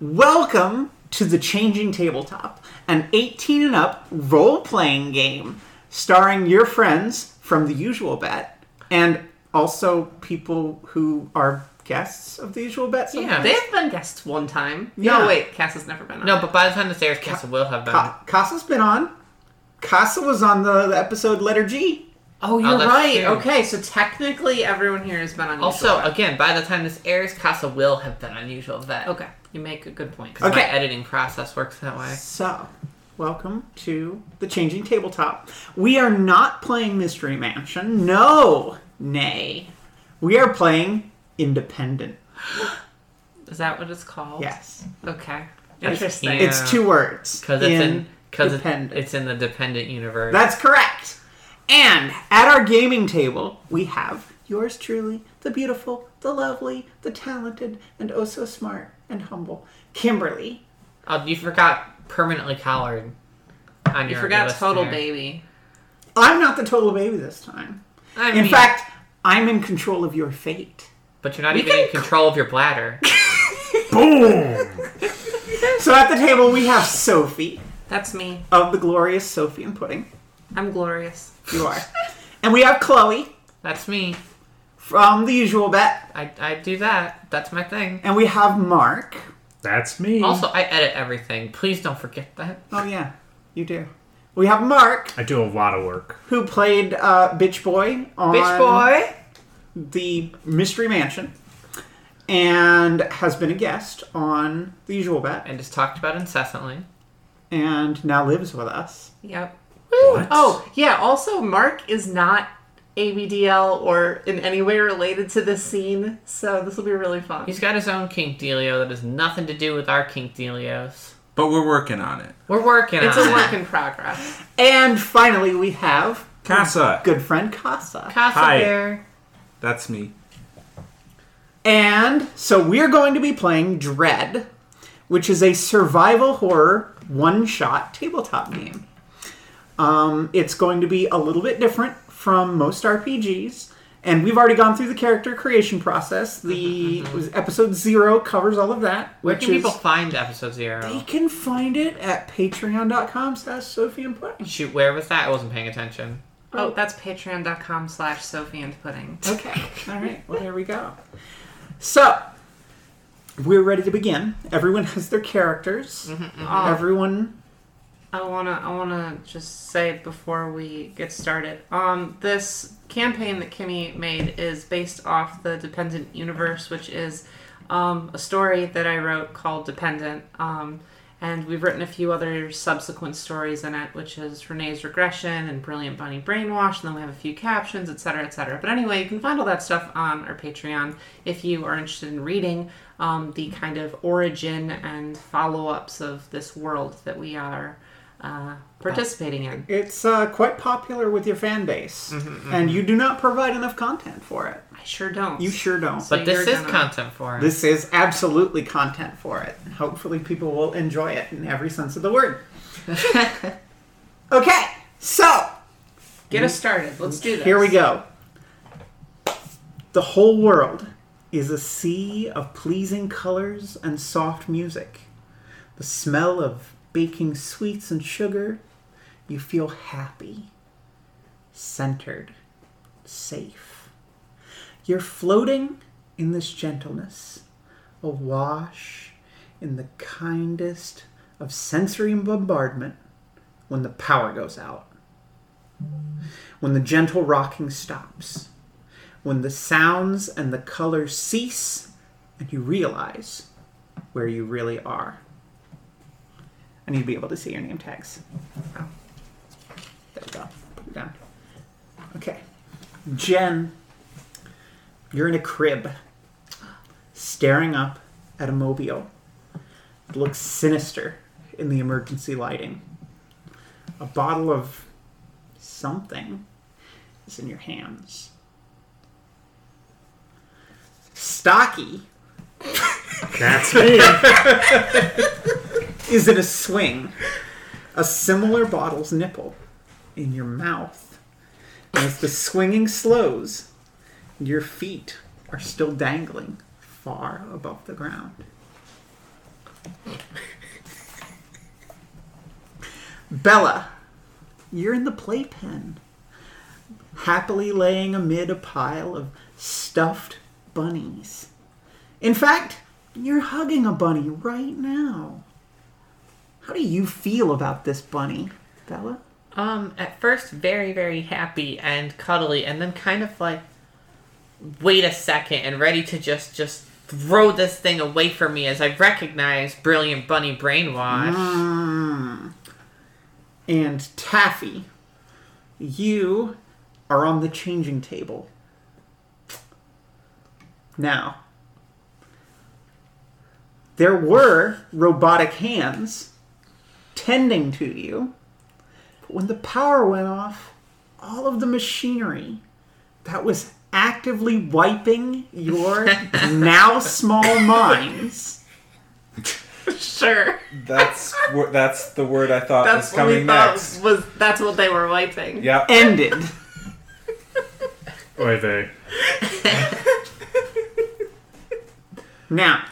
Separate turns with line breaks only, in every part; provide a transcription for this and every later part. Welcome to the Changing Tabletop, an 18 and up role playing game starring your friends from the usual bet and also people who are guests of the usual bet. Sometimes.
Yeah.
They've been guests one time.
Yeah.
No, wait, Cass has never been on.
No, but by the time this airs, Castle will have been.
Ca- Casa's been on. Casa was on the, the episode Letter G.
Oh, you're
Oh, that's
right.
true.
Okay, so technically everyone here has been on.
Also,
Usual Vet.
again, by the time this airs, Casa will have been unusual vet.
okay, you make a good point.
Okay. My
Okay.
editing process works that way.
So, welcome to the Changing Tabletop. We are not playing Mystery Mansion. No, nay. We are playing Independent.
Is that what it's called?
Yes.
Okay. Interesting.
Yeah.
It's two words.
Because it's in because
Independent.
it's in the dependent universe.
That's correct. And at our gaming table, we have yours truly, the beautiful, the lovely, the talented, and oh so smart and humble, Kimberly.
oh, you forgot permanently collared. On
You
your
forgot
list
total
there.
baby.
I'm not the total baby this time.
I
In
mean,
fact, I'm in control of your fate.
but you're not even in control of your bladder.
So at the table, we have Sophie
That's me.
of the glorious Sophie and Pudding.
I'm glorious.
You are. and we have Chloe
That's me.
from The Usual Bet.
I, I do that. That's my thing.
And we have Mark.
That's
Mm.
me.
Also, I edit everything. Please don't forget that.
Oh, yeah, you do. We have Mark,
I do a lot of work.
who played uh, Bitch Boy on
Um,
Bitch boy.
the Mystery Mansion and has been a guest on The Usual Bet
And just talked about incessantly.
and now lives with us.
Yep.
What?
Oh yeah. Also, Mark is not ABDL or in any way related to this scene, so this will be really fun.
He's got his own kink dealio that has nothing to do with our kink dealios.
But we're working on it.
We're working
it's
on
a
it.
work in progress.
And finally, we have
Casa.
good friend Casa.
Casa
Hi.
Bear.
That's me.
And so we're going to be playing Dread, which is a survival horror one shot tabletop game. Um, it's going to be a little bit different from most RPGs. And we've already gone through the character creation process. The was episode zero covers all of that.
Mm-hmm, Where
which
can people
is-
find episode zero?
You can find it at patreon.com slash Sophie and Pudding.
Shoot, where was that? I wasn't paying attention.
Oh, that's patreon.com slash Sophie and Pudding.
Okay. All right. Well, there we go. So, we're ready to begin. Everyone has their characters. Everyone.
I wanna I wanna just say before we get started, um, this campaign that Kimmy made is based off the Dependent universe, which is um, a story that I wrote called Dependent. Um, and we've written a few other subsequent stories in it, which is Renee's Regression and Brilliant Bunny Brainwash, and then we have a few captions, etc., etc. But anyway, you can find all that stuff on our Patreon if you are interested in reading um, the kind of origin and follow ups of this world that we are uh, participating in.
It's uh, quite popular with your fan base, and you do not provide enough content for it.
I sure don't.
You sure don't.
So
But this
you're
is
gonna-
content for him.
This is absolutely content for it. Hopefully, people will enjoy it in every sense of the word. okay, so
Get us started. Let's do this.
Here we go. The whole world is a sea of pleasing colors and soft music. The smell of baking sweets and sugar. You feel happy, centered, safe. You're floating in this gentleness, awash in the kindest of sensory bombardment when the power goes out when the gentle rocking stops, when the sounds and the colors cease, and you realize where you really are. I need to be able to see your name tags. Oh. There we go. Put it down. Okay. Jen, you're in a crib, staring up at a mobile. It looks sinister in the emergency lighting. A bottle of something is in your hands. Stocky
That's me.
is in a swing, a similar bottle's nipple in your mouth. And as the swinging slows, your feet are still dangling far above the ground. Bella, you're in the playpen, happily laying amid a pile of stuffed bunnies. In fact, you're hugging a bunny right now. How do you feel about this bunny, Bella?
Um, at first, very, very happy and cuddly, and then kind of like, wait a second, and ready to just just throw this thing away from me as I recognize brilliant bunny brainwash.
Mm. And Taffy, you are on the changing table. Now, there were robotic hands tending to you, but when the power went off, all of the machinery that was actively wiping your now small minds.
Sure.
That's wor- that's the word I thought
That's
was
what we
coming
thought
next.
was that's what they were wiping.
Yep.
ended.
Oy vey.
Now,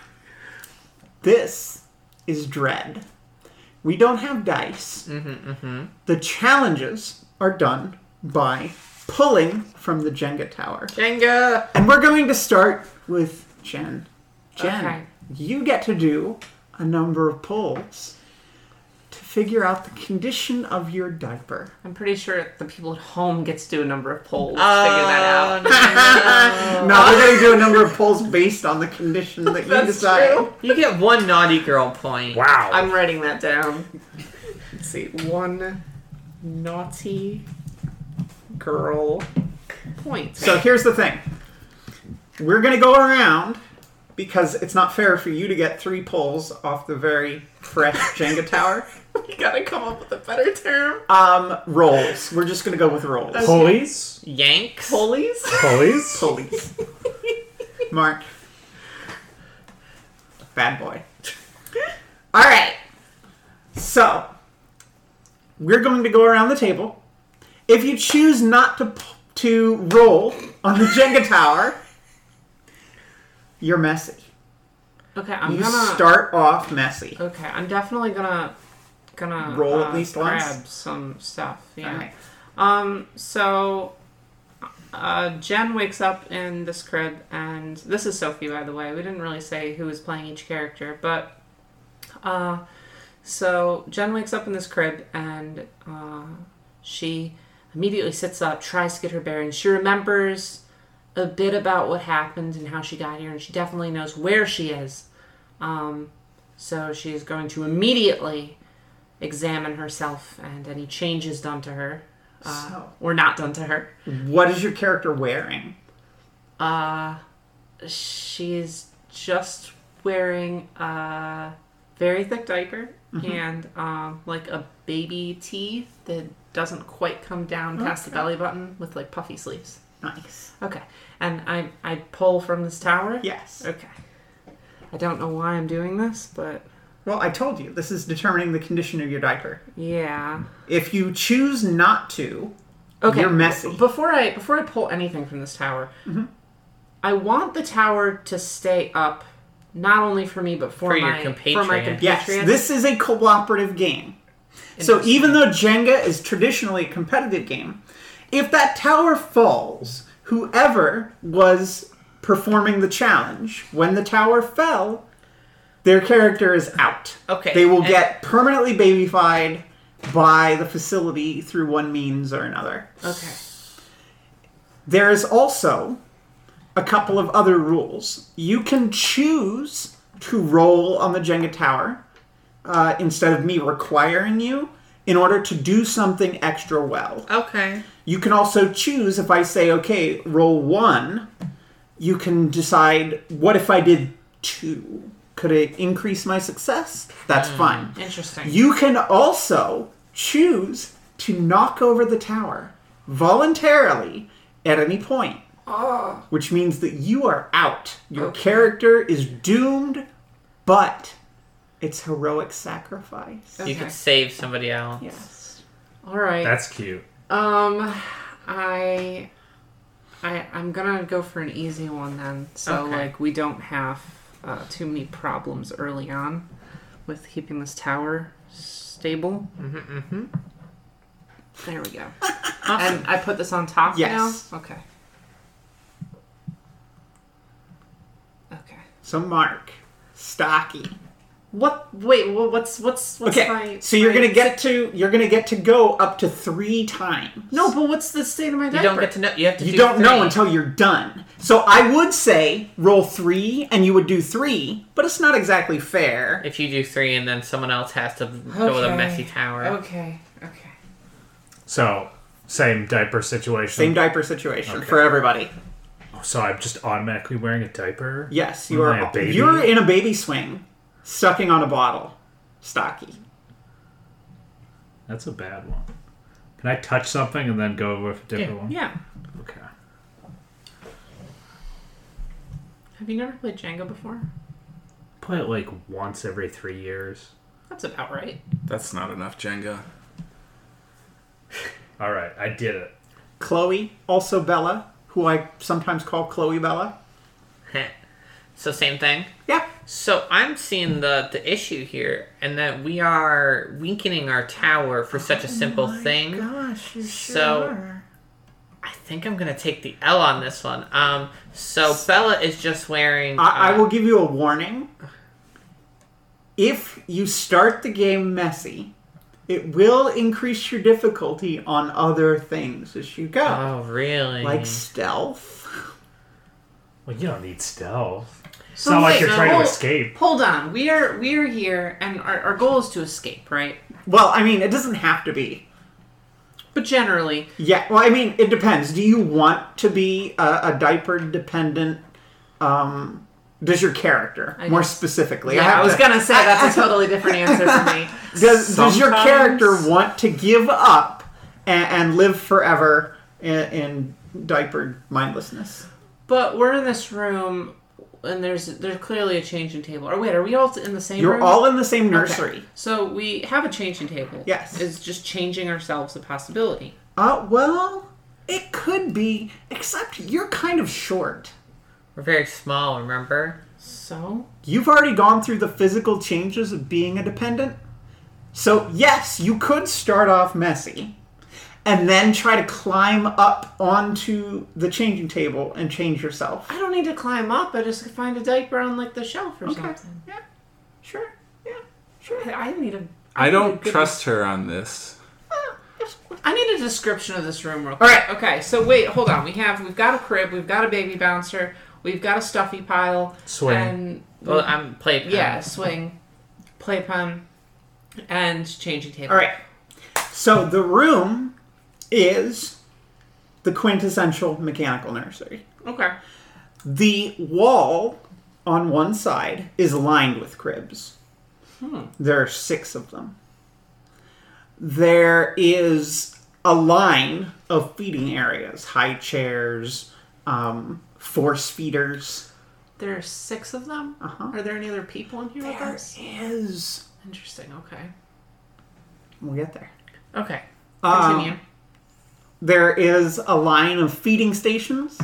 this is dread. We don't have dice.
Mm-hmm,
The challenges are done by pulling from the Jenga tower.
Jenga!
And we're going to start with Jen. Jen,
Okay.
you get to do a number of pulls to figure out the condition of your diaper.
I'm pretty sure the people at home gets to do a number of polls. figure
Oh,
that out.
No, we're going to do a number of pulls based on the condition that you decide.
true.
you get one naughty girl point.
Wow.
I'm writing that down. Let's see. One naughty girl point.
So here's the thing. We're going to go around because it's not fair for you to get three pulls off the very fresh Jenga tower.
you gotta come up with a better term.
Um, rolls. We're just going to go with rolls.
Pulleys?
Yanks?
Pulleys?
Pulleys?
Pulleys. Mark. Bad boy. All right. So, we're going to go around the table. If you choose not to p- to roll on the Jenga tower, you're messy.
Okay, I'm
You
gonna
start off messy.
Okay, I'm definitely gonna gonna
Roll
uh,
at least
grab
once?
some stuff. Yeah.
Alright.
Um. So, uh, Jen wakes up in this crib, and this is Sophie, by the way. We didn't really say who was playing each character, but, uh, so Jen wakes up in this crib, and uh, she immediately sits up, tries to get her bearings. She remembers a bit about what happened and how she got here, and she definitely knows where she is. Um, so she is going to immediately examine herself and any changes done to her uh,
So-
or not done to her.
What is your character wearing?
Uh, she's just wearing a very thick diaper and um, like a baby tee that doesn't quite come down past the belly button with like puffy sleeves.
Nice.
Okay, and I I pull from this tower.
Yes.
Okay. I don't know why I'm doing this, but
Well, I told you, this is determining the condition of your diaper.
yeah.
If you choose not to,
Okay.
You're messy. Mm-hmm.
Before I before I pull anything from this tower, I want the tower to stay up, not only for me but for,
For your
my for my
compatriot.
yes,
compatriots.
this is a cooperative game. So even though Jenga is traditionally a competitive game, if that tower falls, whoever was performing the challenge, when the tower fell, their character is out.
Okay,
They will
and-
get permanently babyfied by the facility through one means or another.
okay.
There is also a couple of other rules. You can choose to roll on the Jenga tower uh, instead of me requiring you in order to do something extra well.
Okay.
You can also choose if I say, okay, roll one, you can decide, what if I did two? Could it increase my success? That's fine.
Interesting.
You can also choose to knock over the tower voluntarily at any point. Which means that you are out. Your character is doomed, but it's heroic sacrifice.
You
Okay.
can save somebody else.
Yes.
All right.
That's cute.
um, I, I I'm gonna go for an easy one then, so
Okay.
like we don't have uh, too many problems early on. with keeping this tower stable. Mm-hmm, There we go. And I put this on top
Yes.
now? Okay. Okay.
So Mark, Stocky.
What? Wait. Well, what's what's what's
Okay,
my?
so you're
my-
gonna get to you're gonna get to go up to three times.
No, but what's the state of my diaper?
You don't get to know. You have to.
You
do
don't know
three.
until you're done. So I would say roll three, and you would do three, but it's not exactly fair.
If you do three, and then someone else has to go with a
Okay.
messy tower.
Okay. Okay.
So, same diaper situation.
Same diaper situation
Okay.
for everybody.
so I'm just automatically wearing a diaper.
Yes, you
Am
are.
I a baby?
You're in a baby swing, sucking on a bottle, Stocky.
That's a bad one. Can I touch something and then go with a different one?
Yeah.
Okay.
Have you never played Django before?
Play it like once every three years.
That's about right.
That's not enough Jenga.
All right, I did it.
Chloe, also Bella, who I sometimes call Chloe Bella.
Oh. so same thing.
Yeah.
So I'm seeing the the issue here, and that we are weakening our tower
Oh
for such a simple thing.
Gosh, you sure
So-
uh,
are.
I think I'm gonna take the L on this one. Um, so Bella is just wearing.
I, I
uh,
will give you a warning. If you start the game messy, it will increase your difficulty on other things as you go,
Oh really?
like
Mm.
stealth.
Well, you don't need stealth. It's
So
not like
wait,
you're
so-
trying
hold-
to escape.
Hold on. We are we are here, and our, our goal is to escape, right?
Well, I mean, it doesn't have to be.
But generally,
Yeah, well, I mean, it depends. Do you want to be a, a diaper dependent? Um, does your character
I
more
guess.
specifically?
yeah,
have
I was
to-
gonna say that's a totally different answer for me.
Does, does your
Sometimes-
character want to give up and, and live forever in, in diapered mindlessness?
But we're in this room, and there's there's clearly a changing table. Or wait, are we all in the same
You're
room?
all in the same
Okay.
nursery.
So we have a changing table.
Yes.
Is just changing ourselves a possibility.
Uh, well, it could be, except you're kind of short.
We're very small. Remember?
So
You've already gone through the physical changes of being a dependent. So, yes, you could start off messy and then try to climb up onto the changing table and change yourself.
I don't need to climb up. I just could find a diaper on like the shelf or something.
Yeah. Sure. Yeah. Sure.
I I need a.
I don't
goodness.
trust her on this.
I need a description of this room real quick. All right. Okay. So wait, hold on. We have we've got a crib. We've got a baby bouncer. We've got a stuffy pile.
Swing.
And
Well,
Mm.
I'm playing.
yeah, swing, playpen, and changing table.
All right. So the room is the quintessential mechanical nursery.
Okay.
The wall on one side is lined with cribs. There are six of them. There is a line of feeding areas, high chairs, um, force feeders.
There are six of them.
Uh-huh.
Are there any other people in here with
There
us?
is.
Interesting. Okay.
We'll get there.
Okay.
Um,
Continue.
There is a line of feeding stations.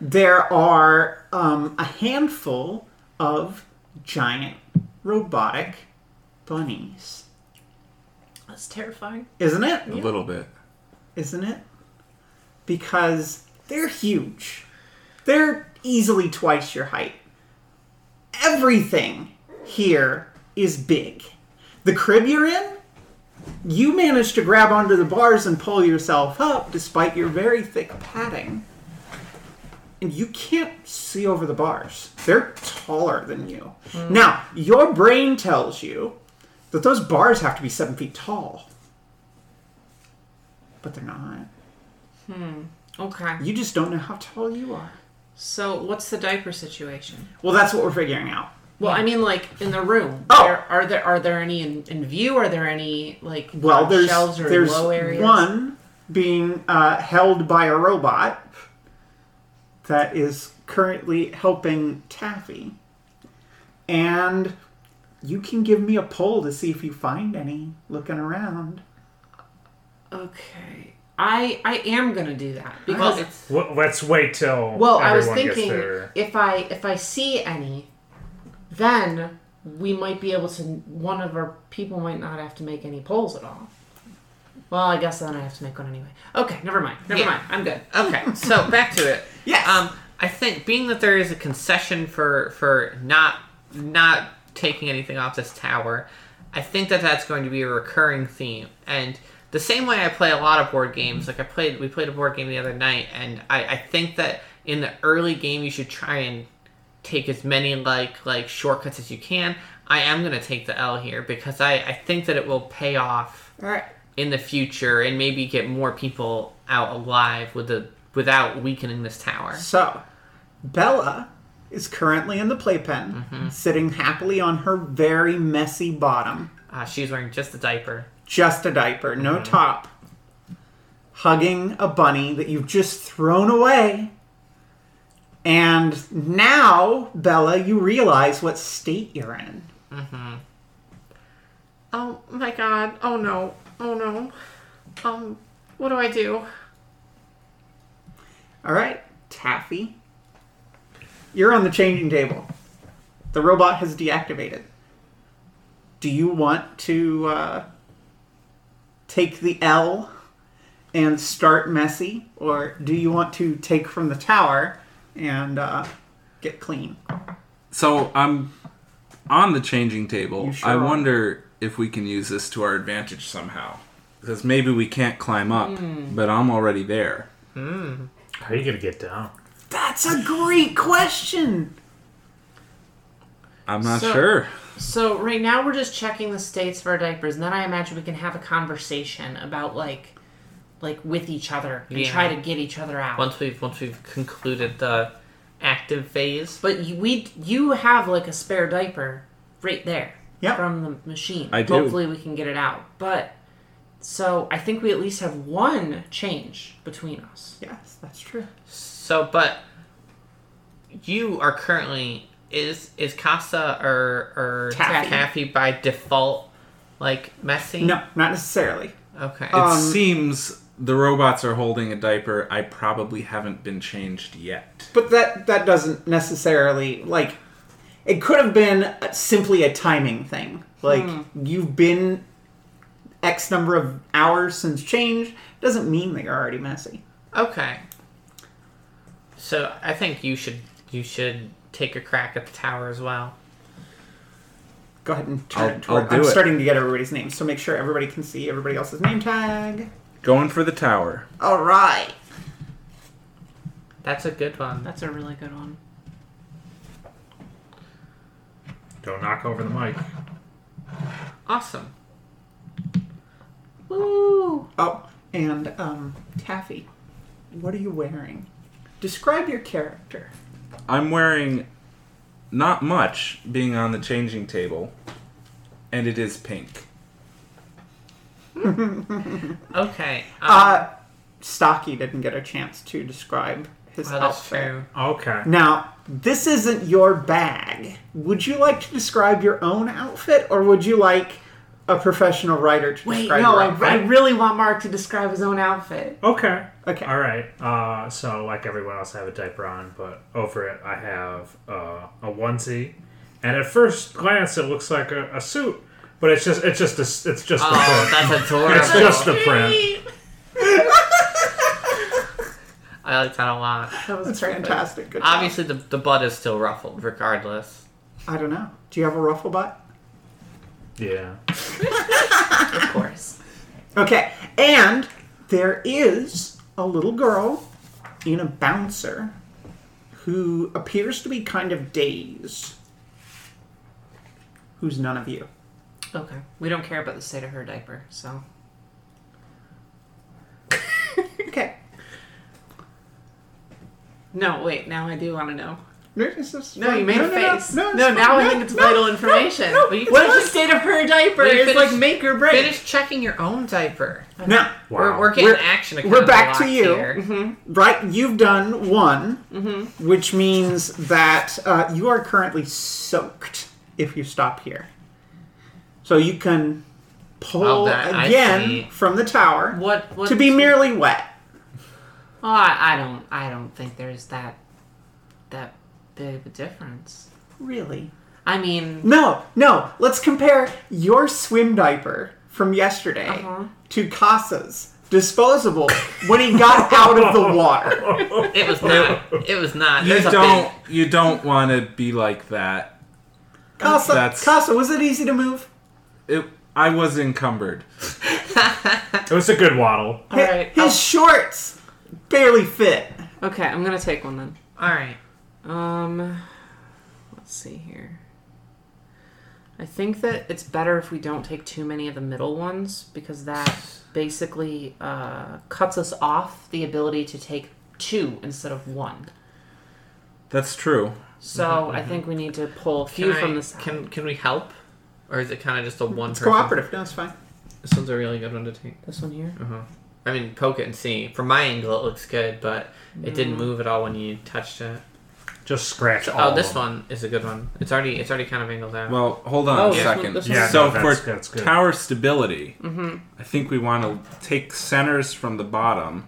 There are um, a handful of giant robotic bunnies.
That's terrifying.
Isn't it?
A little bit.
Isn't it? Because they're huge. They're easily twice your height. Everything here is big. The crib you're in, you manage to grab onto the bars and pull yourself up despite your very thick padding. And you can't see over the bars. They're taller than you. Now, your brain tells you that those bars have to be seven feet tall, but they're not.
Okay.
You just don't know how tall you are.
So what's the diaper situation?
Well, that's what we're figuring out.
Well, I mean, like in the room.
Oh.
There, are there are there any in, in view? Are there any like
Well,
uh,
there's
shelves or
there's
low areas?
one being uh, held by a robot that is currently helping Taffy, and you can give me a poll to see if you find any looking around.
Okay. I I am gonna do that because
Well, it's
Well, let's wait till
Well, I was
everyone
thinking
gets there.
if I if I see any, then we might be able to. One of our people might not have to make any polls at all. Well, I guess then I have to make one anyway. Okay, never mind. Never
Yeah.
mind. I'm good.
Okay, so back to it.
Yes.
Um, I think being that there is a concession for for not not taking anything off this tower, I think that that's going to be a recurring theme. And the same way I play a lot of board games, like I played, we played a board game the other night, and I, I think that in the early game you should try and take as many like like shortcuts as you can. I am gonna take the L here because I, I think that it will pay off
All right.
in the future and maybe get more people out alive with the without weakening this tower.
So, Bella is currently in the playpen,
Mm-hmm.
sitting happily on her very messy bottom.
Uh, she's wearing just a diaper.
Just a diaper, no top. Hugging a bunny that you've just thrown away. And now, Bella, you realize what state you're in.
Oh my god. Oh no. Oh no. Um what do I do?
All right, Taffy. You're on the changing table. The robot has deactivated. Do you want to uh, take the L and start messy, or do you want to take from the tower and uh, get clean?
So I'm on the changing table.
You sure
I
are.
wonder if we can use this to our advantage somehow. Because maybe we can't climb up,
Hmm.
but I'm already there.
How are you gonna get down?
That's a great question.
I'm not
So-
sure.
So right now we're just checking the states of our diapers, and then I imagine we can have a conversation about like, like with each other and
Yeah.
try to get each other out.
Once we've once we've concluded the active phase.
But you, we, you have like a spare diaper right there
Yep.
from the machine.
I do.
Hopefully we can get it out. But so I think we at least have one change between us.
Yes, that's true.
So but you are currently is is Casa or or
Taffy.
Taffy by default like messy?
No, not necessarily.
Okay.
It
Um,
seems the robots are holding a diaper. I probably haven't been changed yet.
But that that doesn't necessarily like it could have been simply a timing thing. Like
Hmm.
you've been X number of hours since change doesn't mean that you're already messy.
Okay. So I think you should you should take a crack at the tower as well.
Go ahead and turn
I'll-
it toward.
I'll do
I'm
it.
starting to get everybody's names, so make sure everybody can see everybody else's name tag.
Going for the tower.
All right.
That's a good one.
That's a really good one.
Don't knock over the mic.
Awesome.
Woo!
Oh, and um, Taffy, what are you wearing? Describe your character.
I'm wearing not much being on the changing table, and it is pink.
Okay. Um,
Oh.
Uh, Stocky didn't get a chance to describe his
well, that's
outfit.
true.
Okay.
Now, this isn't your bag. Would you like to describe your own outfit, or would you like a professional writer to
Wait,
describe
no,
your
I,
outfit?
I really want Mark to describe his own outfit.
Okay.
Okay.
All right. Uh, so, like everyone else, I have a diaper on, but over it, I have uh, a onesie. And at first glance, it looks like a, a suit, but it's just it's just a s it's just the
Oh,
print.
that's adorable.
It's just the print.
I like that a lot.
That was
That's
perfect.
fantastic. Good job.
Obviously, the the butt is still ruffled, regardless.
I don't know. Do you have a ruffle butt?
Yeah.
Of course.
Okay. And there is a little girl in a bouncer who appears to be kind of dazed. Who's none of you?
Okay. We don't care about the state of her diaper, so.
Okay.
No, wait. Now I do want to know.
No, this is
No, you
fine.
made
no,
a
no,
face.
No,
No,
no,
now
no,
I think it's
no,
vital
no,
information.
no.
But you can
What
tell
if
us-
the state of her diaper
Wait,
is
finish-
like make or break?
Finish checking your own diaper.
No,
We're, we're getting
We're-
action.
we're back to
accountable
you.
here.
right? You've done one,
Mm-hmm.
which means that uh, you are currently soaked if you stop here. So you can
Well,
pull
that- I see.
again from the tower
What? what
to be merely wet.
Oh, I, I don't. I don't think there's that that big of a difference.
Really?
I mean,
No, no. Let's compare your swim diaper from yesterday
Uh-huh.
to Casa's disposable when he got out of the water.
It was not. It was not.
You
There's a
don't.
big-
You don't want to be like that.
Casa,
That's-
Casa, was it easy to move?
It, I was encumbered.
It was a good waddle.
all right. Oh.
His shorts barely fit.
I'll- okay, I'm gonna take one then.
All right.
Um, let's see here. I think that it's better if we don't take too many of the middle ones because that basically uh, cuts us off the ability to take two instead of one.
That's true.
So I think we need to pull a few
Mm-hmm, Can, I,
from the side.
can can we help, or is it kind of just a one?
It's
person?
cooperative. No, it's fine.
This one's a really good one to take.
This one here.
Mm-hmm, I mean, poke it and see. From my angle, it looks good, but it didn't move at all when you touched it.
Just scratch
So,
all
oh, this
of them.
one is a good one. It's already it's already kind of angled out.
Well, hold on
Oh,
a
this one-
second.
this one-
Yeah,
so
no, that's,
for
that's good.
tower stability,
Mm-hmm.
I think we want to take centers from the bottom,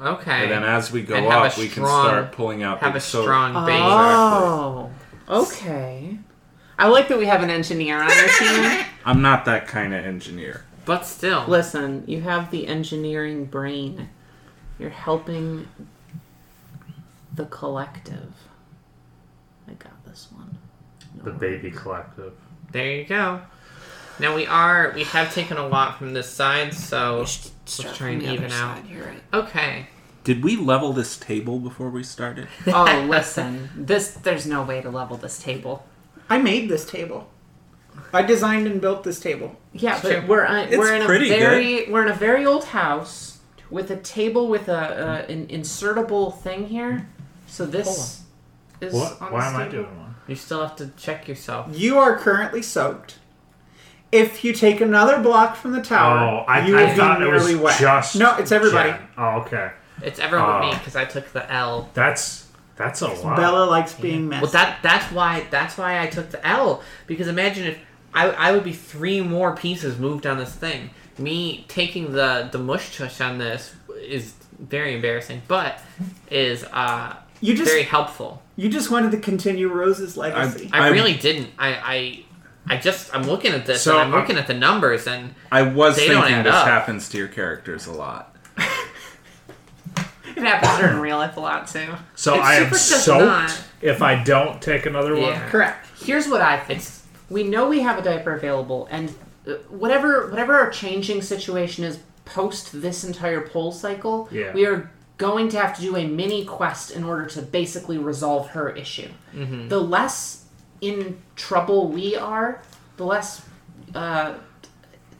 okay.
and then as we go
And have a
up, we can
strong-
start pulling out.
Have a
big- so-
strong base.
Oh, okay. I like that we have an engineer on our team.
I'm not that kind of engineer.
But still,
Listen, you have the engineering brain. You're helping the collective. I got this one.
The baby collective.
there you go. Now we are we have taken a lot from this side, so
Let's
try and even out.
You're right.
okay.
Did we level this table before we started?
Oh, listen. This there's no way to level this table.
I made this table. I designed and built this table.
Yeah,
Sure.
but we're on, we're in a
pretty
very we're in a very old house with a table with a uh, an insertable thing here. So this is
What?
on
Why
this
am I
table.
doing one?
You still have to check yourself.
You are currently soaked. If you take another block from the tower,
Oh, I,
you
I
will be
thought it was
nearly wet.
just
no, it's everybody.
Jen. Oh, okay.
It's everyone but me
Oh.
because I took the L.
That's that's a lot.
Bella likes being messy.
Well, that that's why that's why I took the L because imagine if I I would be three more pieces moved on this thing. Me taking the the mush tush on this is very embarrassing, but is uh
you just
very helpful.
you just wanted to continue Rose's legacy.
I
I'm-
really didn't. I I I just I'm looking at this
So,
and I'm
uh,
looking at the numbers and
I was
They don't
thinking
add
this
up.
happens to your characters a lot.
It happens in real life a lot too.
so
It's
I am
super does
soaked
not.
if I don't take another
Yeah.
Correct.
Here's what I think. We know we have a diaper available, and uh, whatever whatever our changing situation is post this entire poll cycle,
Yeah.
we are going to have to do a mini quest in order to basically resolve her issue.
Mm-hmm.
The less in trouble we are, the less uh,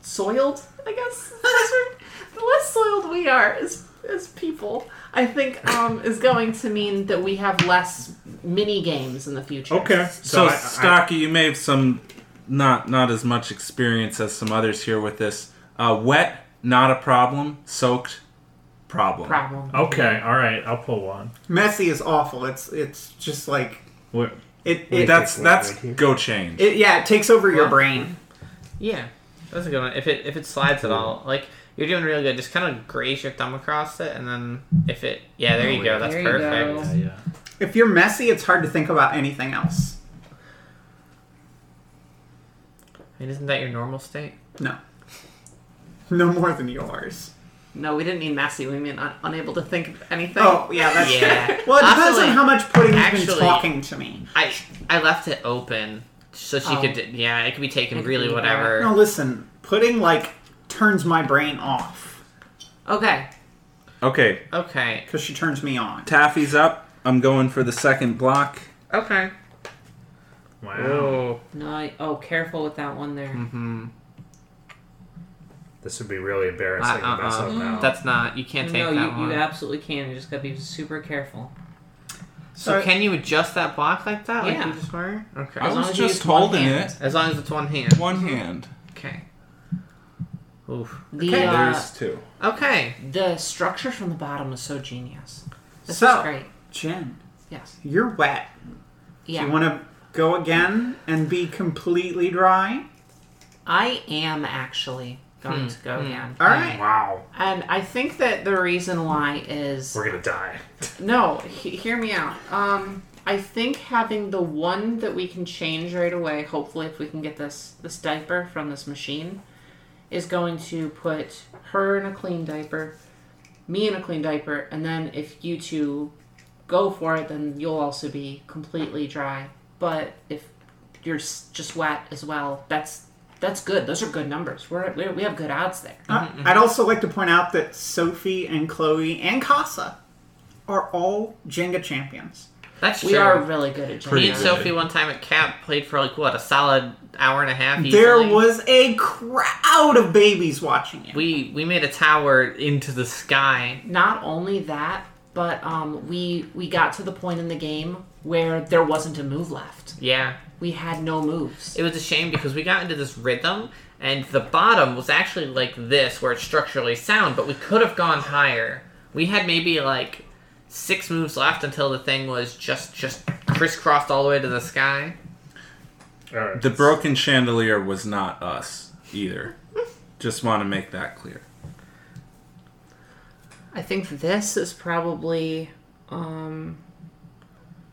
soiled, I guess. is the best word. the less soiled we are as as people, I think, um, is going to mean that we have less mini games in the future.
one. Okay.
So,
So, I- I,
Stocky, you may have some not not as much experience as some others here with this. Uh, wet, not a problem. Soaked, problem.
problem.
okay. All right. I'll pull one.
Messy is awful. It's it's just like
Wait,
it.
Wait,
it,
That's
Wait,
that's
wait, wait.
go change.
it yeah, it takes over your
Huh?
brain.
yeah, that's a good one. If it if it slides at all, like you're doing really good. Just kind of graze your thumb across it and then if it yeah there you go. That's
Oh, There you
perfect.
go.
yeah, yeah.
If you're messy, it's hard to think about anything else.
I mean, isn't that your normal state?
No, no more than yours.
No, we didn't mean messy. We mean un- unable to think of anything.
Oh yeah, that's
Yeah.
Well, it depends
Actually-
on how much pudding you've been
actually-
talking to me.
I I left it open so she
Oh.
could yeah it could be taken
It could
really
be
whatever.
No, listen, pudding like turns my brain off
Okay.
Okay,
Okay.
because she turns me on.
taffy's up. I'm going for the second block.
Okay.
Wow.
Oh.
No. I, oh, careful with that one there.
Mm-hmm.
This would be really embarrassing
Uh,
to mess up
Uh-uh.
now.
That's not. You can't take
No,
that
you,
one.
you absolutely can. You just gotta be super careful.
so can you adjust that block like that? Like
Yeah.
you just were. Okay.
I
long
was
as you
just
use one
holding
hand. Mm-hmm.
it.
As long as it's one hand.
One hand.
Okay. Oof.
The
Okay.
uh,
There's two.
Okay.
the structure from the bottom is so genius. This
So-
is great.
Jen,
Yes.
you're wet.
Yeah.
Do you want to go again and be completely dry?
I am actually going to go down.
All
Mm-hmm.
right.
Wow.
And I think that the reason why is
We're gonna die.
No, he- hear me out. Um, I think having the one that we can change right away, hopefully if we can get this this diaper from this machine, is going to put her in a clean diaper, me in a clean diaper, and then if you two go for it, then you'll also be completely dry. But if you're s- just wet as well, that's that's good. Those are good numbers. We're, we're we have good odds there.
Uh, I'd also like to point out that Sophie and Chloe and Casa are all Jenga champions.
That's true.
We are really good at
Pretty
Me
Jenga.
and
good.
Sophie one time at camp played for like what a solid hour and a half. Easily.
There was a crowd of babies watching it.
we we made a tower into the sky.
Not only that, but um, we we got to the point in the game where there wasn't a move left.
Yeah,
We had no moves.
it was a shame because we got into this rhythm and the bottom was actually like this where it's structurally sound, but we could have gone higher. We had maybe like six moves left until the thing was just just crisscrossed all the way to the sky.
All right.
The broken chandelier was not us either. Just want to make that clear.
I think this is probably um,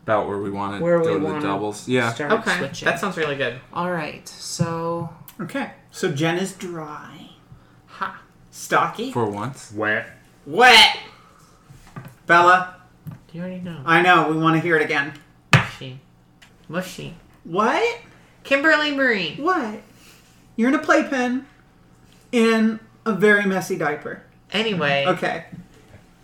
About where we want to
where
go
we
to the
want
doubles. Yeah.
start
Okay,
switching.
that sounds really good.
All right, so
Okay, so Jen is dry,
ha.
stocky,
For once.
wet.
wet. Bella,
Do you already know?
I know we want to hear it again.
Mushy, mushy.
What?
Kimberly Marie.
What? You're in a playpen in a very messy diaper.
Anyway,
Okay.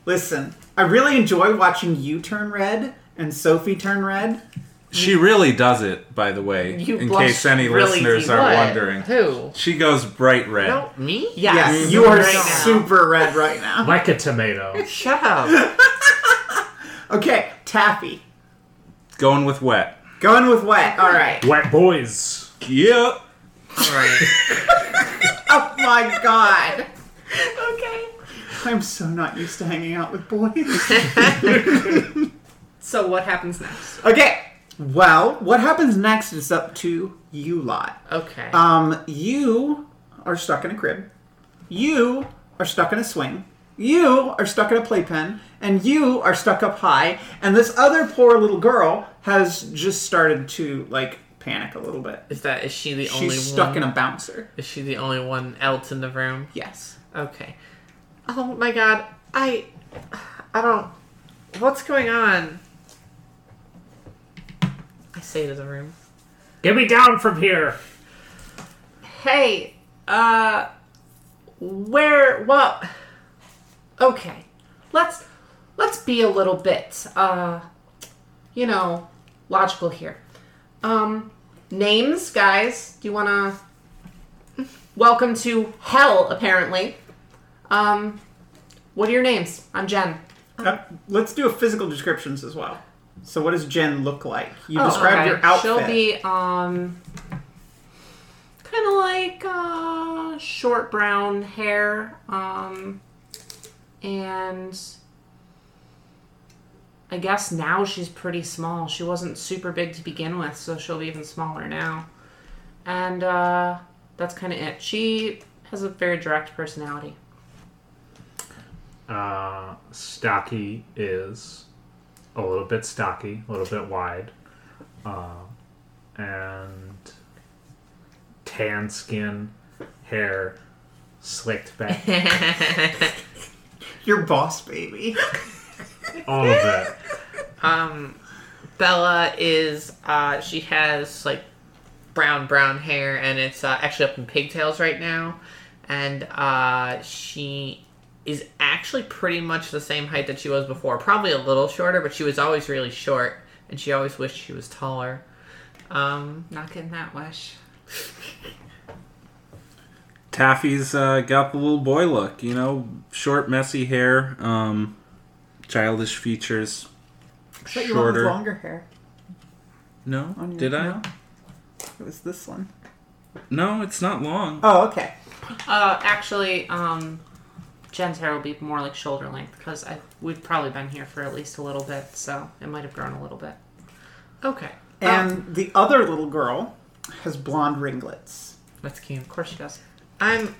Listen, I really enjoy watching you turn red and Sophie turn red.
She really does it, by the way,
You
in
blush
case any
really
listeners
deep.
are
What?
wondering.
Who?
She goes bright red.
No, me?
Yes,
you are
Mm-hmm. right now.
super red right now.
Like a tomato.
Shut up.
Okay, Taffy.
Going with wet.
Going with wet. All right.
wet boys.
Yep.
All right.
Oh my god.
okay.
I'm so not used to hanging out with boys.
So what happens next?
Okay. Well, what happens next is up to you lot.
Okay.
Um, you are stuck in a crib. You are stuck in a swing. You are stuck in a playpen, and you are stuck up high. And this other poor little girl has just started to like panic a little bit.
is that is she the only
She's stuck
one?
in a bouncer.
is she the only one else in the room?
Yes.
Okay. Oh my god. I I don't what's going on? I say to the room.
Get me down from here.
Hey, uh, where? Well, okay. Let's let's be a little bit, uh, you know, logical here. Um, names, guys. Do you wanna? Welcome to hell. Apparently. Um, what are your names? I'm Jen.
Uh, let's do a physical descriptions as well. So, what does Jen look like? You describe
Oh, okay.
your outfit.
She'll be um kind of like uh short brown hair um and I guess now she's pretty small. She wasn't super big to begin with, so she'll be even smaller now. And uh that's kind of it. She has a very direct personality.
Uh, stocky is a little bit stocky, a little bit wide, uh, and tan skin, hair slicked back,
your boss baby.
all of that.
Um Bella is uh she has like brown brown hair and it's uh, actually up in pigtails right now and uh she is actually pretty much the same height that she was before. Probably a little shorter, but she was always really short and she always wished she was taller. Um
Not getting that wish.
Taffy's uh, got the little boy look, you know, short, messy hair, um, childish features.
But you want with
Shorter.
longer hair.
No,
on your-
did I?
No? It was this one.
No, it's not long.
Oh, okay.
Uh, actually, um, Jen's hair will be more like shoulder length because I we've probably been here for at least a little bit, so it might have grown a little bit.
okay.
And the other little girl has blonde ringlets.
That's cute.
Of course, she does.
I'm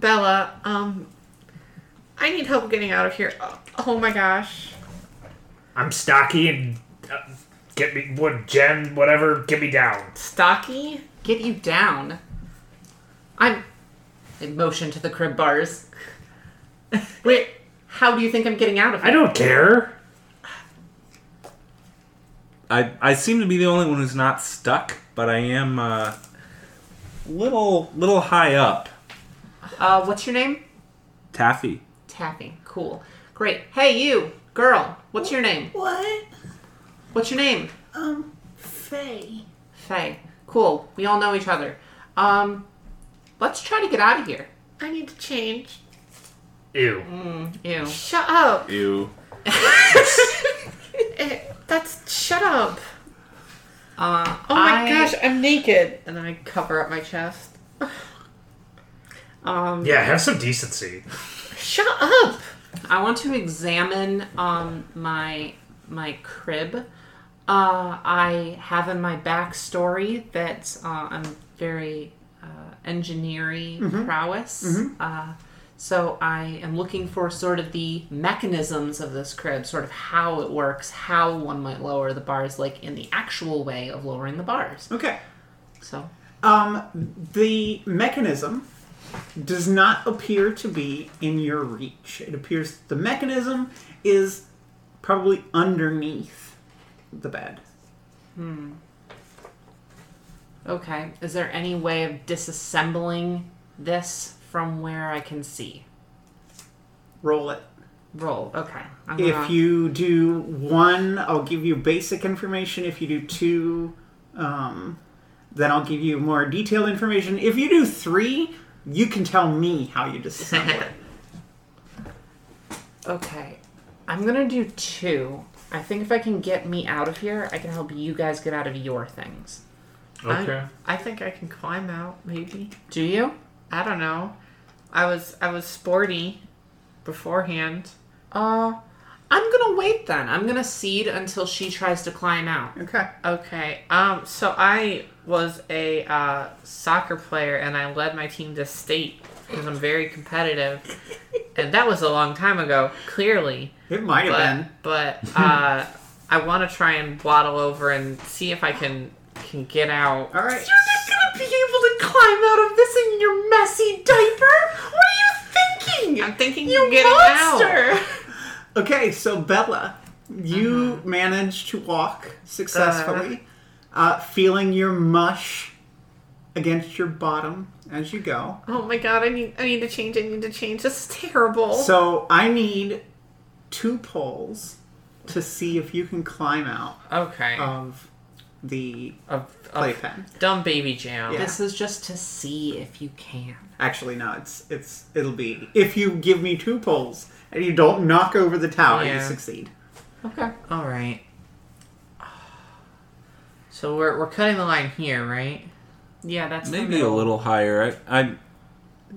Bella. Um, I need help getting out of here. Oh, oh my gosh.
I'm stocky and uh, Get me what Jen, whatever, get me down.
Stocky?
Get you down. I'm. In motion to the crib bars. Wait, how do you think I'm getting out of
I
it?
don't care.
I I seem to be the only one who's not stuck, but I am uh, little little high up.
Uh, what's your name?
Taffy.
Taffy. Cool. Great. Hey, you, girl. What's your name?
What?
What's your name?
Um, Faye.
Faye. Cool. We all know each other. Um, let's try to get out of here.
I need to change.
Ew.
Ew.
Shut up.
Ew.
Eh, That's. Shut up.
Uh,
Oh my
I-
gosh, I'm naked. And then I cover up my chest. Mm.
Um,
Yeah, have some decency.
Shut up.
I want to examine um my my crib. Uh, I have in my backstory that uh, I'm very uh, engineering
Mm-hmm.
prowess. Uh, so I am looking for sort of the mechanisms of this crib, sort of how it works, how one might lower the bars, like in the actual way of lowering the bars.
Okay.
So
Um, the mechanism does not appear to be in your reach. It appears the mechanism is probably underneath the bed.
okay, is there any way of disassembling this from where I can see?
Roll it.
Roll. Okay. I'm gonna-
If you do one, I'll give you basic information. If you do two, um, then I'll give you more detailed information. If you do three, you can tell me how you disassemble it.
Okay. I'm gonna do two. I think if I can get me out of here, I can help you guys get out of your things.
I-
Okay.
I, think I can climb out, maybe.
Do you?
I don't know. I was I was sporty beforehand.
Uh I'm gonna wait then. I'm gonna seed until she tries to climb out.
Okay.
Okay. Um so I was a uh, soccer player and I led my team to state because I'm very competitive. and that was a long time ago, clearly.
It might have
But
been.
but uh I want to try and waddle over and see if I can can get out.
All right.
not gonna be able to climb out of this in your messy diaper! What are you thinking?
I'm thinking
You
you get out.
monster!
Okay, so Bella, you
Mm-hmm.
managed to walk successfully, uh,
Uh-huh.
feeling your mush against your bottom as you go.
Oh my god, I need I need to change. I need to change. This is terrible.
Oh.
So I need two poles to see if you can climb out
okay.
of the
of, of
playpen.
dumb baby jam.
Yeah.
This is just to see if you can.
Actually, no, it's it's it'll be if you give me two poles and you don't knock over the tower, you
Yeah.
succeed.
Okay.
All right. So we're we're cutting the line here, right?
Yeah, that's the
Maybe a
middle.
little higher. I, I
can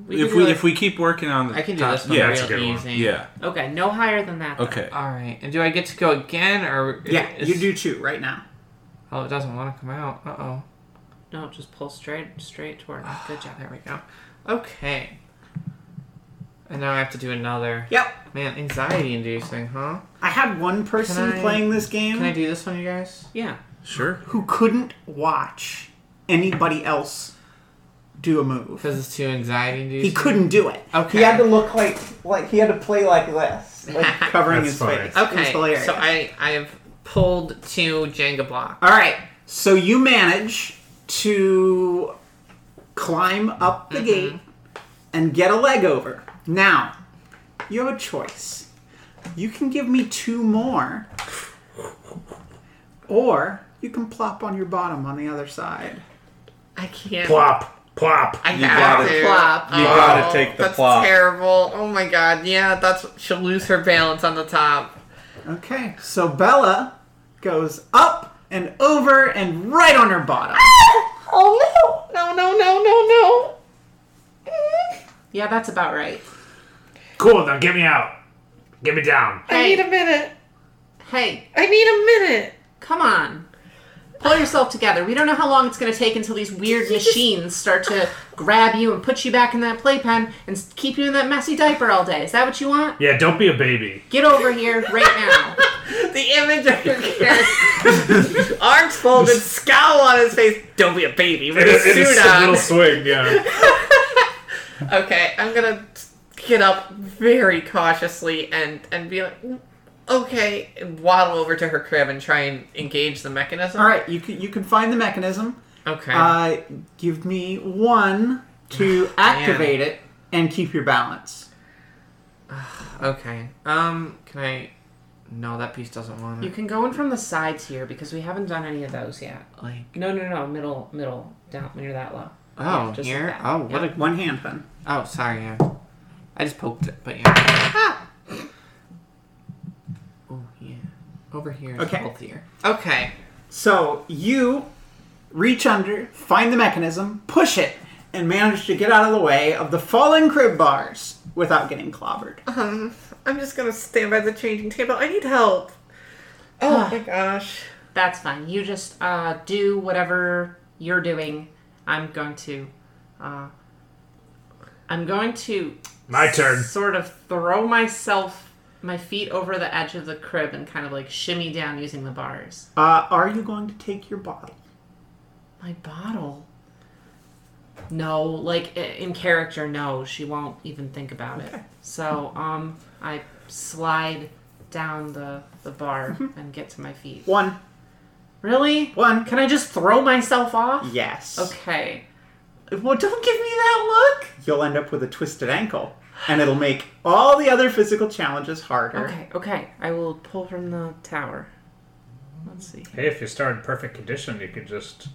if
do
we
it.
if we keep working on the
I can do
top-
this one
yeah,
that's a
real
good one.
easy.
yeah.
Okay, no higher than that. then.
Okay.
All right. And do I get to go again, or
Yeah,
is-
you do two right now.
Oh, it doesn't want to come out. Uh oh.
No, just pull straight straight toward. us. Good job.
There we go. Okay. And now I have to do another.
Yep.
Man, anxiety inducing, huh?
I had one person
I-
playing this game.
Can I do this one, you guys?
Yeah.
Sure.
who couldn't watch anybody else do a move.
Because it's too anxiety inducing.
He couldn't do it.
Okay.
He had to look like like he had to play like this, like covering
That's
his
funny.
face. It was
Okay.
hilarious.
So I I've pulled two Jenga blocks.
All right. So you manage to climb up the gate and get a leg over. Now, you have a choice. You can give me two more, or you can plop on your bottom on the other side.
I can't.
Plop, plop.
I
You
have
gotta-
to. Oh,
Plop.
you gotta take the
that's
plop.
terrible. Oh my god. Yeah, that's she'll lose her balance on the top.
Okay, so Bella goes up and over and right on her bottom.
Oh no! No no no no
Yeah, that's about right.
Cool, now get me out. Get me down.
no! I
Hey.
need a minute.
Hey,
I need a minute.
come on. pull yourself together. We don't know how long it's going to take until these weird machines start to grab you and put you back in that playpen and s- keep you in that messy diaper all day. Is that what you want?
Yeah, don't be a baby.
Get over here right now.
The image of your character, arms folded, scowl on his face. Don't be a baby with
It
a
is it is
suit
a
on.
little swing, yeah.
Okay, I'm gonna get up very cautiously and and be like, "Mm, okay, and waddle over to her crib and try and engage the mechanism.
All right, you can you can find the mechanism.
Okay.
Uh, give me one to activate it and keep your balance.
okay. Um. Can I? No, that piece doesn't want
You
it.
can go in from the sides here because we haven't done any of those yet.
Like.
No, no, no, middle, middle, down near that low.
Oh,
Yeah, just
here.
like that.
oh, what
Like one hand then.
a. Oh, sorry. Yeah. I just poked it, but yeah. Ah! Oh yeah. Over here is
Okay.
healthier. Okay.
So you reach under, find the mechanism, push it, and manage to get out of the way of the falling crib bars without getting clobbered.
Um, I'm just gonna stand by the changing table. I need help. Oh my gosh.
That's fine. You just uh, do whatever you're doing. I'm going to. Uh, I'm going to.
My turn.
Sort of throw myself, my feet over the edge of the crib and kind of like shimmy down using the bars.
Uh, are you going to take your bottle?
My bottle. No, like i- in character, no, she won't even think about it. So, um, I slide down the the bar and get to my feet.
One,
Really?
one.
Can I just throw myself off?
Yes.
Okay.
Well, don't give me that look. You'll end up with a twisted ankle, and it'll make all the other physical challenges harder.
Okay, okay. I will pull from the tower. Let's see.
Hey, if you start in perfect condition, you could just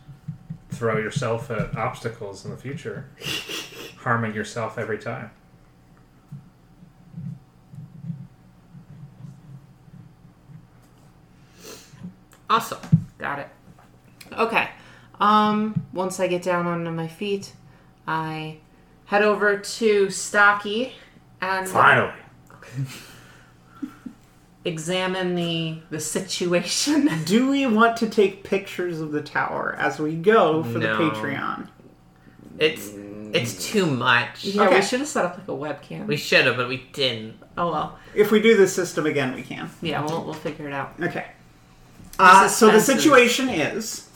throw yourself at obstacles in the future, harming yourself every time.
Awesome.
Got it. Okay. Um, once I get down onto my feet, I head over to Stocky and
Finally.
examine the the situation. Oh,
Do we want to take pictures of the tower as we go for the
No.
Patreon?
It's it's
Mm.
too much.
yeah,
Okay.
we should have set up like a webcam.
We should have, but we didn't.
oh well.
If we do this system again, we can.
Yeah, we'll we'll figure it out.
Okay. Uh, so the
suspense is-
situation is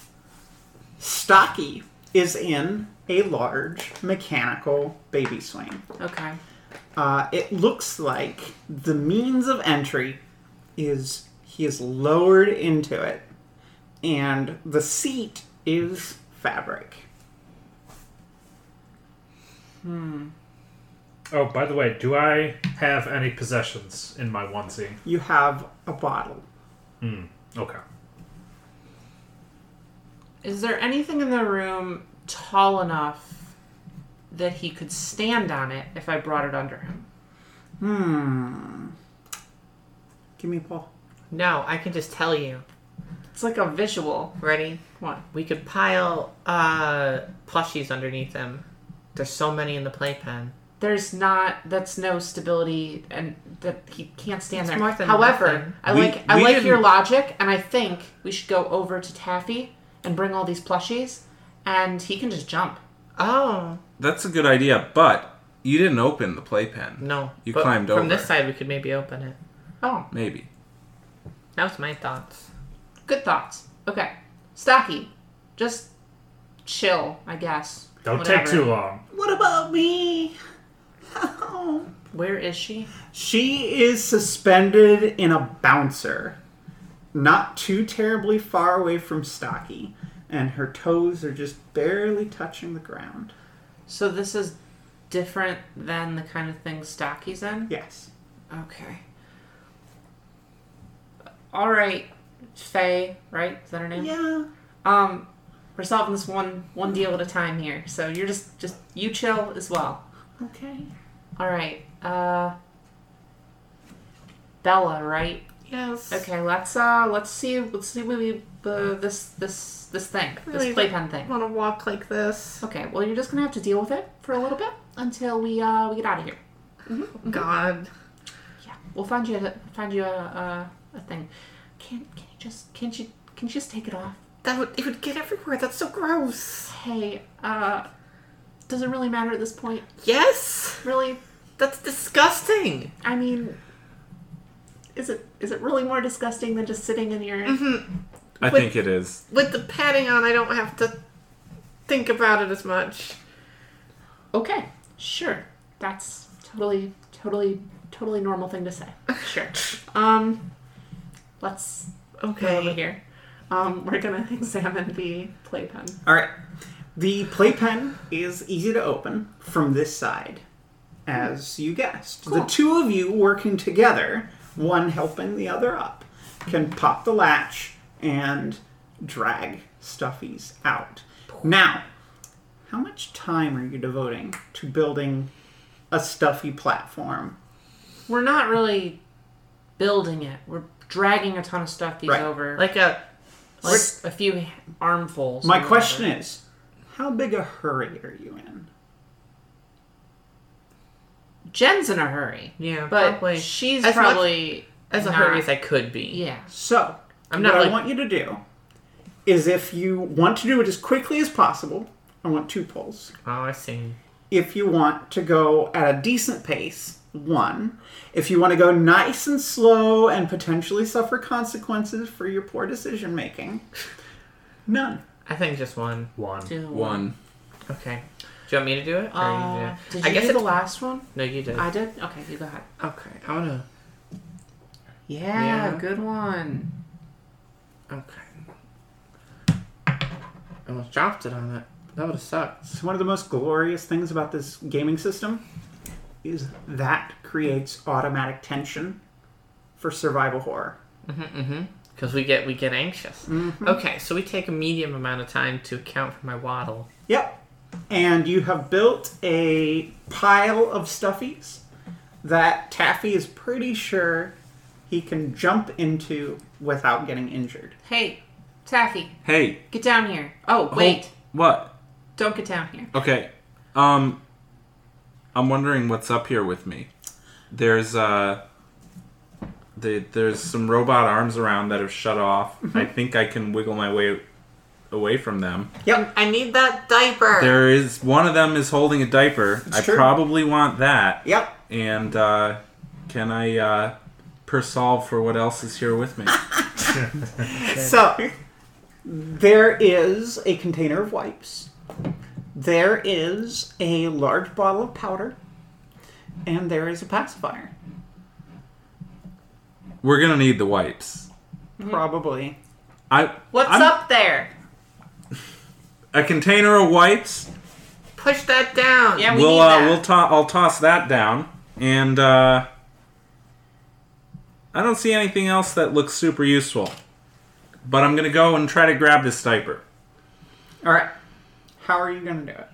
Stocky is in a large mechanical baby swing.
Okay.
Uh, it looks like the means of entry is he is lowered into it, and the seat is fabric.
Oh, by the way, do I have any possessions in my onesie?
You have a bottle.
Okay.
Is there anything in the room tall enough that he could stand on it if I brought it under him?
Give me a ball.
No, I can just tell you.
It's like a visual.
Ready?
What?
We could pile uh plushies underneath them. There's so many in the playpen.
There's not. That's no stability, and that he can't stand
It's
there.
more than
However,
nothing.
I
We-
like I
we
like your
didn't-
logic, and I think we should go over to Taffy and bring all these plushies, and he can just jump.
Oh
That's a good idea, but you didn't open the playpen.
no!
You
But
climbed
from
over.
this side. We could maybe open it.
Oh,
Maybe.
That was my thoughts.
good thoughts. Okay, Stocky, just chill, I guess.
Don't
Whatever.
take too long.
What about me?
Where is she?
She is suspended in a bouncer, not too terribly far away from Stocky, and her toes are just barely touching the ground.
So this is different than the kind of thing Stocky's in.
Yes.
Okay. All right, Faye. Right? Is that her name?
Yeah.
Um, we're solving this one one deal at a time here. So you're just just you chill as well.
Okay.
All right. Uh, Bella, right?
Yes.
Okay. Let's uh let's see let's see what we uh, this this this thing this
Really?
playpen thing.
want to walk like this.
Okay. Well, you're just gonna have to deal with it for a little bit until we uh we get out of here.
Mm-hmm. God.
Yeah, we'll find you a, find you a, a, a thing. Can't can you just can't you can you just take it off?
That would it would get everywhere. That's so gross.
Hey, uh, does it really matter at this point?
Yes,
Really?
that's disgusting.
I mean, is it is it really more disgusting than just sitting in your?
I
Wait.
think it is.
With the padding on, I don't have to think about it as much.
Okay, sure. That's totally, totally, totally normal thing to say. Sure. Um, let's go
Okay.
over here. Um, we're gonna examine the playpen.
All right. The playpen is easy to open from this side, as you guessed. The two of you working together, one helping the other up, can pop the latch and drag stuffies out. Now, how much time are you devoting to building a stuffy platform?
We're not really building it. We're dragging a ton of stuff these
Right.
over, like,
Like a
a few armfuls.
My question is, how big a hurry are you in?
Jen's in a hurry.
Yeah,
but
probably.
she's
As much-
probably
as a
not-
hurry as I could be.
Yeah.
So,
I'm not
what I
like-
want you to do is if you want to do it as quickly as possible, I want two pulls.
Oh, I see.
If you want to go at a decent pace, one. If you want to go nice and slow and potentially suffer consequences for your poor decision making, none.
I think just one.
One.
One.
Okay. Do you want me to do it? Or you
Uh,
do it?
did
I
you
guess
do
it,
the last one?
No, you did.
I did. Okay, you go ahead.
okay. I wanna.
Yeah,
Yeah.
good one.
Okay. I almost dropped it on it. That would have sucked.
It's one of the most glorious things about this gaming system is that creates automatic tension for survival horror.
Because Mm-hmm. we get we get anxious.
Mm-hmm.
Okay, so we take a medium amount of time to account for my waddle.
Yep. And you have built a pile of stuffies that Taffy is pretty sure he can jump into without getting injured.
Hey, Taffy,
Hey,
get down here. Oh, wait.
what?
Don't get down here.
Okay. Um I'm wondering what's up here with me. There's uh the, there's some robot arms around that have shut off.
Mm-hmm.
I think I can wiggle my way away from them.
Yep.
I need that diaper.
There is one of them is holding a diaper. I
true.
probably want that.
Yep.
And uh can I uh persolve for what else is here with me?
So there is a container of wipes. There is a large bottle of powder. And there is a pacifier.
We're going to need the wipes.
Probably.
I
What's
I'm-
up there?
A container of wipes.
Push that down.
Yeah, we
we'll
need
uh,
that.
we'll to- I'll toss that down, and uh, I don't see anything else that looks super useful. But I'm gonna go and try to grab this diaper.
All right. How are you going to do it?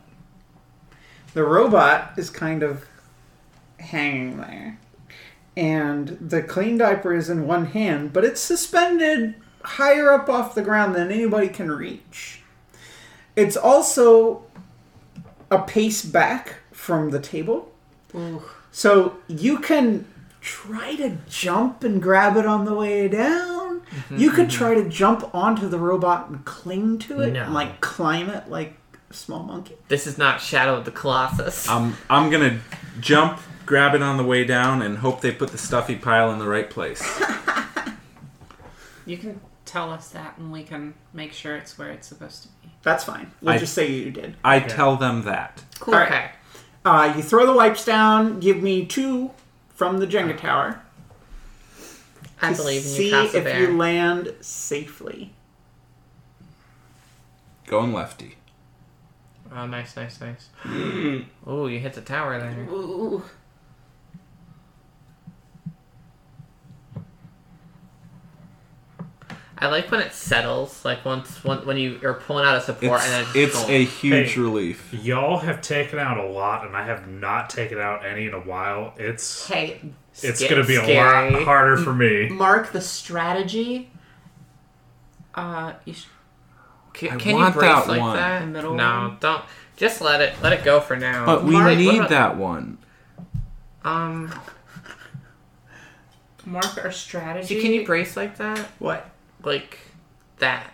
The robot is kind of hanging there. And the clean diaper is in one hand, but it's suspended higher up off the ground than anybody can reach. It's also a pace back from the table. So you can try to jump and grab it on the way down. You could try to jump onto the robot and cling to it, and
No.
like climb it like a small monkey.
This is not Shadow of the
Oh,
Colossus.
I'm I'm gonna jump, grab it on the way down, and hope they put the stuffy pile in the right place.
You can tell us that and we can make sure it's where it's supposed to be.
That's fine. We'll
I-
just say you did.
I tell them that.
cool.
alright.
Okay.
Uh, you throw the wipes down. Give me two from the Jenga tower.
I
to
believe in
see
you, Casa
if
Bear.
you land safely.
Going lefty.
oh, nice, nice, nice.
Mm.
oh, you hit the tower there.
Ooh.
I like when it settles. Like once, one, when you are pulling out a support and
It's,
then
it's
boom.
a huge
Hey.
relief.
Y'all have taken out a lot, and I have not taken out any in a while. It's
Hey,
it's
sca-
gonna be a
scary.
lot harder for me.
Mark, the strategy. Uh, you sh-
Can,
I
can
want
you brace
that
like
one.
that?
The middle
no,
one?
don't. Just let it let it go for now.
But we
Mark, what
need
about-
that one.
Um,
Mark, our strategy.
can you brace like that?
What?
Like that?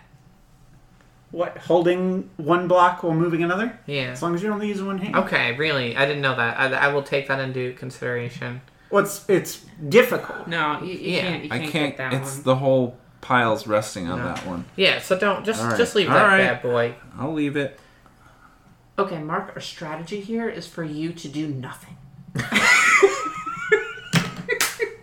What? Holding one block while moving another?
Yeah. Oh.
As long as you only use one hand.
Okay, really, I didn't know that. I, I will take that into consideration.
Well, it's, it's difficult.
No, you, you
Yeah,
can't. You
I
can't,
can't.
get that
it's
one.
the whole pile's resting on that one.
Yeah, so don't just
All right.
just leave
All
that
right.
bad boy.
I'll leave it.
Okay, Mark. Our strategy here is for you to do nothing.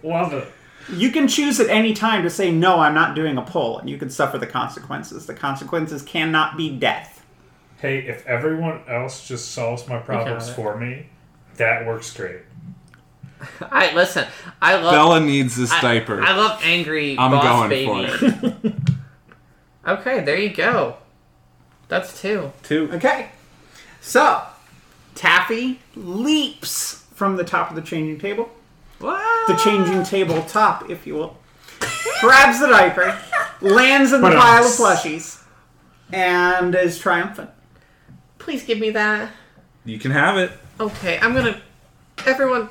Love it.
You can choose at any time to say, no, I'm not doing a pull, and you can suffer the consequences. The consequences cannot be death.
Hey, if everyone else just solves my problems
it.
for me, that works great.
I listen. I love
Bella needs this
I,
diaper.
I love angry
I'm
boss
going
baby.
for it.
Okay, there you go. That's two.
Two.
Okay. So, Taffy leaps from the top of the changing table.
What?
the changing table top, if you will, grabs the diaper, lands in the
But, um,
pile of plushies, and is triumphant.
Please give me that.
You can have it.
Okay, I'm gonna. Everyone,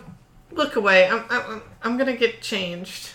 look away. I'm I'm, I'm gonna get changed.